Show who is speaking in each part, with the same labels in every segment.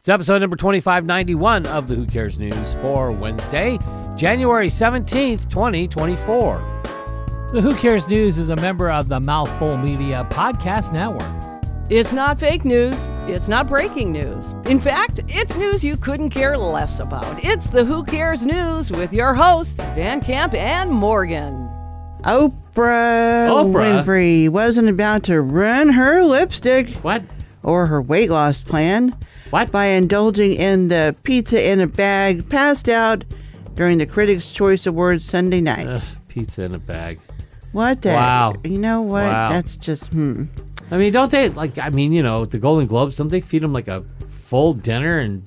Speaker 1: It's episode number 2591 of the Who Cares News for Wednesday, January 17th, 2024.
Speaker 2: The Who Cares News is a member of the Mouthful Media Podcast Network.
Speaker 3: It's not fake news. It's not breaking news. In fact, it's news you couldn't care less about. It's the Who Cares News with your hosts, Van Camp and Morgan.
Speaker 4: Oprah,
Speaker 1: Oprah?
Speaker 4: Winfrey wasn't about to ruin her lipstick
Speaker 1: What?
Speaker 4: or her weight loss plan
Speaker 1: What?
Speaker 4: by indulging in the pizza in a bag passed out during the Critics' Choice Awards Sunday night.
Speaker 1: Ugh, pizza in a bag.
Speaker 4: What the?
Speaker 1: Wow.
Speaker 4: You know what?
Speaker 1: Wow.
Speaker 4: That's just, hmm.
Speaker 1: I mean, don't they like? I mean, you know, the Golden Globes. Don't they feed them like a full dinner and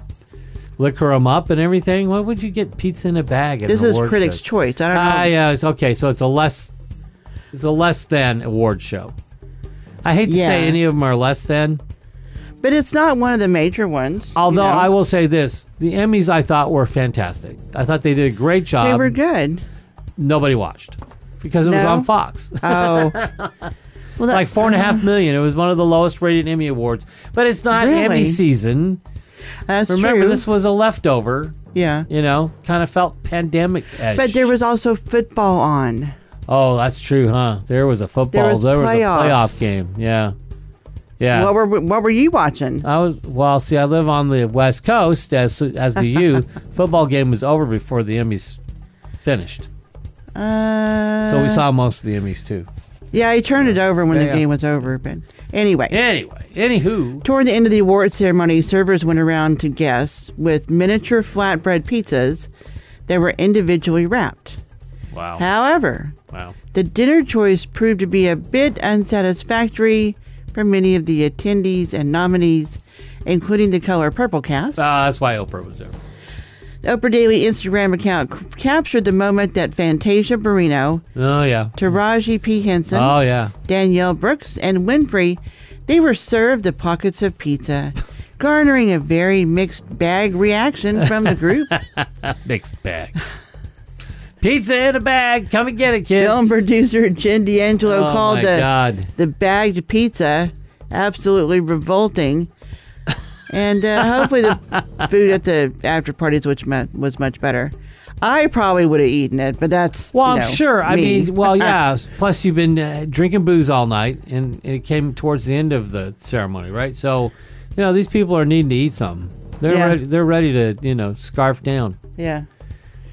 Speaker 1: liquor them up and everything? Why would you get pizza in a bag? At
Speaker 4: This
Speaker 1: an
Speaker 4: is
Speaker 1: award
Speaker 4: Critics'
Speaker 1: show?
Speaker 4: Choice. I don't know.
Speaker 1: Ah, yeah. It's, okay, so it's a less, it's a less than award show. I hate to
Speaker 4: Yeah.
Speaker 1: say any of them are less than.
Speaker 4: But it's not one of the major ones. you
Speaker 1: Although
Speaker 4: know?
Speaker 1: I will say this: the Emmys I thought were fantastic. I thought they did a great job.
Speaker 4: They were good.
Speaker 1: Nobody watched because it was
Speaker 4: No?
Speaker 1: on Fox.
Speaker 4: Oh. well, that,
Speaker 1: like four and a half million. It was one of the lowest rated Emmy awards. But it's not Emmy
Speaker 4: Really?
Speaker 1: season.
Speaker 4: That's
Speaker 1: Remember,
Speaker 4: true.
Speaker 1: this was a leftover.
Speaker 4: Yeah.
Speaker 1: You know, kind of felt pandemic edge.
Speaker 4: But there was also football on.
Speaker 1: Oh, that's true, huh? There was a football.
Speaker 4: was
Speaker 1: a playoff
Speaker 4: playoffs.
Speaker 1: game. Yeah, yeah.
Speaker 4: What were what were you watching?
Speaker 1: I was well. See, I live on the West Coast, as as do you. football game was over before the Emmys finished,
Speaker 4: Uh,
Speaker 1: so we saw most of the Emmys too.
Speaker 4: Yeah, I turned it over when
Speaker 1: Yeah,
Speaker 4: the
Speaker 1: yeah.
Speaker 4: game was over. But anyway,
Speaker 1: Anyway, anywho,
Speaker 4: toward the end of the award ceremony, servers went around to guests with miniature flatbread pizzas that were individually wrapped.
Speaker 1: wow,
Speaker 4: However,
Speaker 1: wow.
Speaker 4: the dinner choice proved to be a bit unsatisfactory for many of the attendees and nominees, including the Color Purple cast.
Speaker 1: Ah, that's why Oprah was there.
Speaker 4: the Oprah Daily Instagram account c- captured the moment that Fantasia Barrino,
Speaker 1: Oh yeah.
Speaker 4: Taraji P. Henson,
Speaker 1: Oh yeah.
Speaker 4: Danielle Brooks, and Winfrey, they were served the pockets of pizza, garnering a very mixed bag reaction from the group.
Speaker 1: Mixed bag. Pizza in a bag. Come and get it, kids.
Speaker 4: Film producer Jen D'Angelo
Speaker 1: oh
Speaker 4: called
Speaker 1: my
Speaker 4: the,
Speaker 1: God.
Speaker 4: the bagged pizza absolutely revolting. And uh, hopefully the food at the after parties which mu- was much better. I probably would have eaten it, but that's
Speaker 1: Well,
Speaker 4: you
Speaker 1: I'm
Speaker 4: know,
Speaker 1: sure. I
Speaker 4: me.
Speaker 1: mean, well, yeah. Plus, you've been uh, drinking booze all night, and it came towards the end of the ceremony, right? So, you know, these people are needing to eat something. They're
Speaker 4: Yeah.
Speaker 1: ready, they're ready to, you know, scarf down.
Speaker 4: yeah.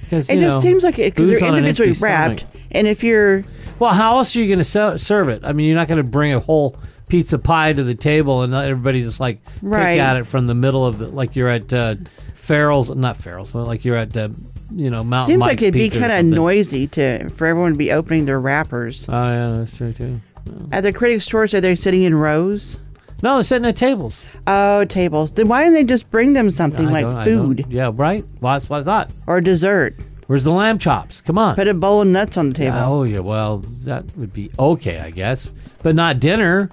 Speaker 1: 'Cause,
Speaker 4: It
Speaker 1: you
Speaker 4: just
Speaker 1: know,
Speaker 4: seems like it because
Speaker 1: booze
Speaker 4: they're
Speaker 1: on an
Speaker 4: individually
Speaker 1: empty
Speaker 4: wrapped,
Speaker 1: stomach.
Speaker 4: and if you're
Speaker 1: Well, how else are you going to so- serve it? I mean, you're not going to bring a whole pizza pie to the table and let everybody just like
Speaker 4: Right.
Speaker 1: pick at it from the middle of the like you're at uh, Farrell's, not Farrell's, but like you're at uh, you know Mountain.
Speaker 4: Seems like
Speaker 1: Mike's
Speaker 4: it'd be
Speaker 1: Pizza or
Speaker 4: kind of
Speaker 1: something.
Speaker 4: noisy to for everyone to be opening their wrappers.
Speaker 1: Oh yeah, that's true too.
Speaker 4: At the critics' choice, are they sitting in rows?
Speaker 1: No, they're sitting at tables.
Speaker 4: Oh, tables. Then why didn't they just bring them something
Speaker 1: I don't-
Speaker 4: like
Speaker 1: I don't-
Speaker 4: food
Speaker 1: Yeah, right. Well, that's what I thought.
Speaker 4: or dessert?
Speaker 1: Where's the lamb chops? Come on.
Speaker 4: Put a bowl of nuts on the table.
Speaker 1: oh yeah, well that would be okay, I guess, but not dinner.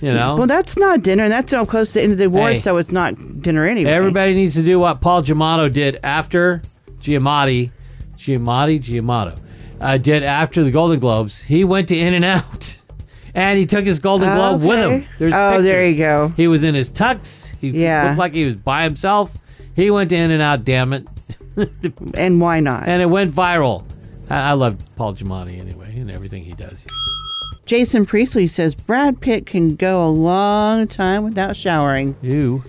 Speaker 1: You know,
Speaker 4: Well, that's not dinner. and That's so close to the end of the award,
Speaker 1: Hey.
Speaker 4: so it's not dinner anyway.
Speaker 1: Everybody needs to do what Paul Giamatti did after Giamatti, Giamatti, Giamatti, uh, did after the Golden Globes. He went to In and Out, and he took his Golden Globe with him.
Speaker 4: Okay.
Speaker 1: There's
Speaker 4: Oh, there
Speaker 1: pictures.
Speaker 4: you go.
Speaker 1: He was in his tux. He
Speaker 4: Yeah.
Speaker 1: looked like he was by himself. He went to In and Out. Damn it!
Speaker 4: And why not?
Speaker 1: And it went viral. I, I love Paul Giamatti anyway, and everything he does.
Speaker 4: Jason Priestley says Brad Pitt can go a long time without showering.
Speaker 1: Ew.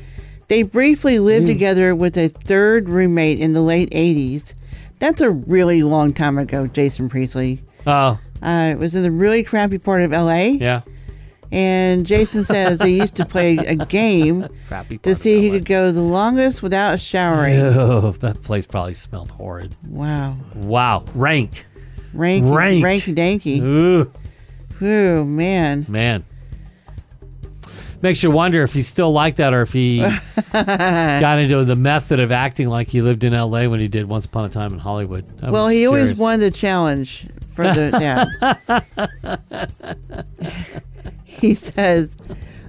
Speaker 4: They briefly lived
Speaker 1: Hmm.
Speaker 4: together with a third roommate in the late 80s. That's a really long time ago, Jason Priestley.
Speaker 1: Oh
Speaker 4: Uh, it was in the really crappy part of LA.
Speaker 1: yeah.
Speaker 4: And Jason says they used to play a game
Speaker 1: Crappy.
Speaker 4: to
Speaker 1: part
Speaker 4: see
Speaker 1: of
Speaker 4: who
Speaker 1: LA.
Speaker 4: could go the longest without showering.
Speaker 1: Ew, that place probably smelled horrid.
Speaker 4: Wow.
Speaker 1: Wow, rank.
Speaker 4: Rank,
Speaker 1: Rank.
Speaker 4: rank, danky.
Speaker 1: Ooh.
Speaker 4: Whew, man.
Speaker 1: Man. Makes you wonder if he's still like that or if he got into the method of acting like he lived in LA when he did Once Upon a Time in Hollywood. I'm
Speaker 4: Well, he
Speaker 1: just
Speaker 4: always
Speaker 1: curious.
Speaker 4: won the challenge for the. Yeah. he says,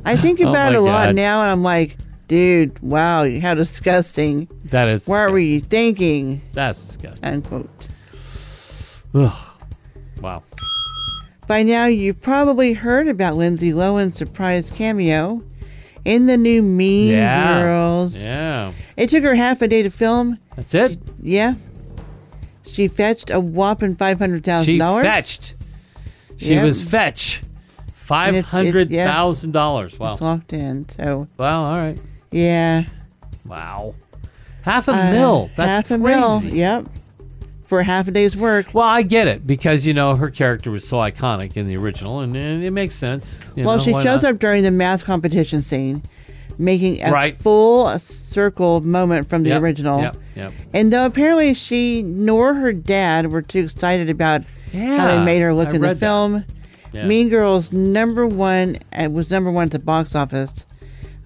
Speaker 4: I think about it
Speaker 1: Oh my
Speaker 4: a lot
Speaker 1: God.
Speaker 4: now, and I'm like, dude, wow, how disgusting.
Speaker 1: That is.
Speaker 4: What were
Speaker 1: disgusting.
Speaker 4: you thinking?
Speaker 1: That's disgusting.
Speaker 4: Unquote.
Speaker 1: Ugh. Wow.
Speaker 4: By now, you've probably heard about Lindsay Lohan's surprise cameo in the new Mean
Speaker 1: Yeah.
Speaker 4: Girls
Speaker 1: Yeah.
Speaker 4: It took her half a day to film.
Speaker 1: That's it.
Speaker 4: Yeah. She fetched a whopping five hundred
Speaker 1: She
Speaker 4: thousand dollars.
Speaker 1: fetched. She
Speaker 4: Yeah.
Speaker 1: was fetch. Five
Speaker 4: it's- it-
Speaker 1: hundred
Speaker 4: yeah.
Speaker 1: thousand dollars. Wow.
Speaker 4: Locked in. So
Speaker 1: Wow. All right.
Speaker 4: yeah.
Speaker 1: Wow. Half a
Speaker 4: Uh,
Speaker 1: mil. That's
Speaker 4: half a
Speaker 1: crazy.
Speaker 4: mil. Yep. For half a day's work.
Speaker 1: Well, I get it because you know her character was so iconic in the original, and, and it makes sense. you
Speaker 4: well,
Speaker 1: know,
Speaker 4: she
Speaker 1: why
Speaker 4: shows
Speaker 1: not?
Speaker 4: up during the math competition scene, making a
Speaker 1: Right.
Speaker 4: full circle moment from the
Speaker 1: Yep,
Speaker 4: original.
Speaker 1: Yep. Yep.
Speaker 4: And though apparently she nor her dad were too excited about how
Speaker 1: Yeah,
Speaker 4: they made her look
Speaker 1: I
Speaker 4: in the
Speaker 1: read that.
Speaker 4: film,
Speaker 1: Yeah.
Speaker 4: Mean Girls number one uh, was number one at the box office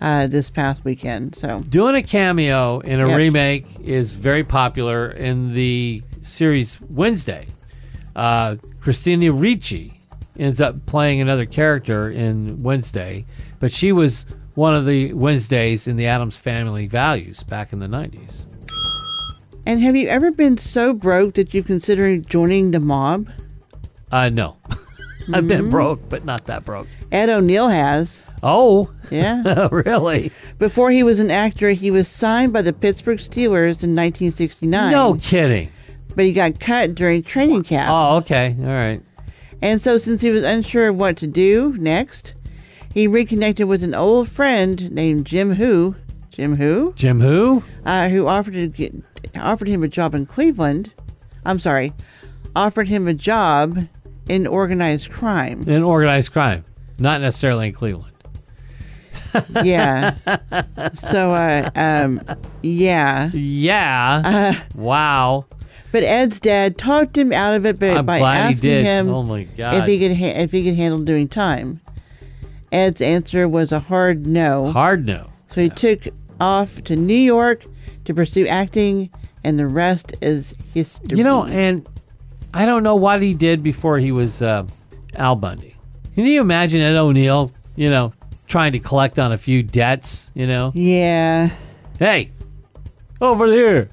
Speaker 4: uh, this past weekend. So
Speaker 1: Doing a cameo in a
Speaker 4: Yep.
Speaker 1: remake is very popular in the series Wednesday. Uh, Christina Ricci ends up playing another character in Wednesday, but she was one of the Wednesdays in the Adams Family Values back in the 90s.
Speaker 4: and have you ever been so broke that you've considered joining the mob?
Speaker 1: Uh, no. I've been broke, but not that broke.
Speaker 4: Ed O'Neill has.
Speaker 1: Oh,
Speaker 4: Yeah.
Speaker 1: really?
Speaker 4: Before he was an actor, he was signed by the Pittsburgh Steelers in 1969.
Speaker 1: No kidding.
Speaker 4: But he got cut during training camp.
Speaker 1: Oh, okay. All right.
Speaker 4: And so, since he was unsure of what to do next, he reconnected with an old friend named Jim Who. Jim Who?
Speaker 1: Jim, who?
Speaker 4: Uh, who offered to get, offered him a job in Cleveland. I'm sorry, offered him a job in organized crime.
Speaker 1: In organized crime, not necessarily in Cleveland.
Speaker 4: Yeah. so, uh, um, yeah.
Speaker 1: Yeah.
Speaker 4: Uh-huh.
Speaker 1: wow.
Speaker 4: But Ed's dad talked him out of it by,
Speaker 1: I'm
Speaker 4: by
Speaker 1: glad he
Speaker 4: asking
Speaker 1: did.
Speaker 4: him
Speaker 1: Oh my
Speaker 4: if
Speaker 1: God.
Speaker 4: he could ha- if he could handle doing time. Ed's answer was a hard no,
Speaker 1: Hard no.
Speaker 4: so he took off to New York to pursue acting, and the rest is history.
Speaker 1: You know, and I don't know what he did before he was uh, Al Bundy. Can you imagine Ed O'Neill, you know, trying to collect on a few debts, you know?
Speaker 4: yeah,
Speaker 1: Hey, over here.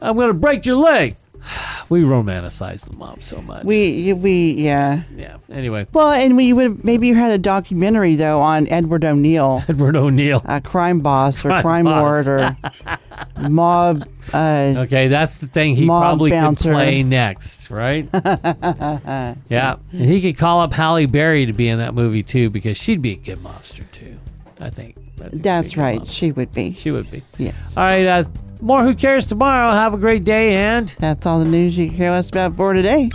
Speaker 1: I'm going to break your leg. We romanticize the mob so much.
Speaker 4: we we yeah.
Speaker 1: yeah. Anyway,
Speaker 4: Well, and we would maybe you had a documentary though on Edward O'Neill,
Speaker 1: Edward O'Neill.
Speaker 4: a crime boss or
Speaker 1: Crime
Speaker 4: crime,
Speaker 1: boss.
Speaker 4: lord or mob. Uh,
Speaker 1: Okay, that's the thing he
Speaker 4: Mom
Speaker 1: probably
Speaker 4: bouncer.
Speaker 1: could play next, right? yeah. And he could call up Halle Berry to be in that movie too because she'd be a good mobster too. I think. I think she'd be a
Speaker 4: That's
Speaker 1: good
Speaker 4: right.
Speaker 1: mobster.
Speaker 4: She would be.
Speaker 1: She would be.
Speaker 4: Yes.
Speaker 1: All right, uh, more who cares tomorrow. Have a great day and
Speaker 4: That's all the news you care less about for today.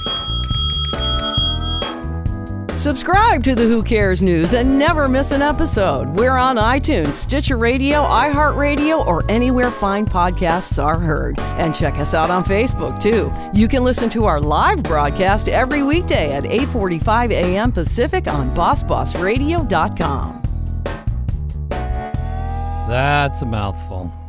Speaker 3: Subscribe to the Who Cares News and never miss an episode. We're on iTunes, Stitcher Radio, iHeartRadio, or anywhere fine podcasts are heard. And check us out on Facebook too. You can listen to our live broadcast every weekday at 8:45 a.m. Pacific on BossBossRadio.com.
Speaker 1: that's a mouthful.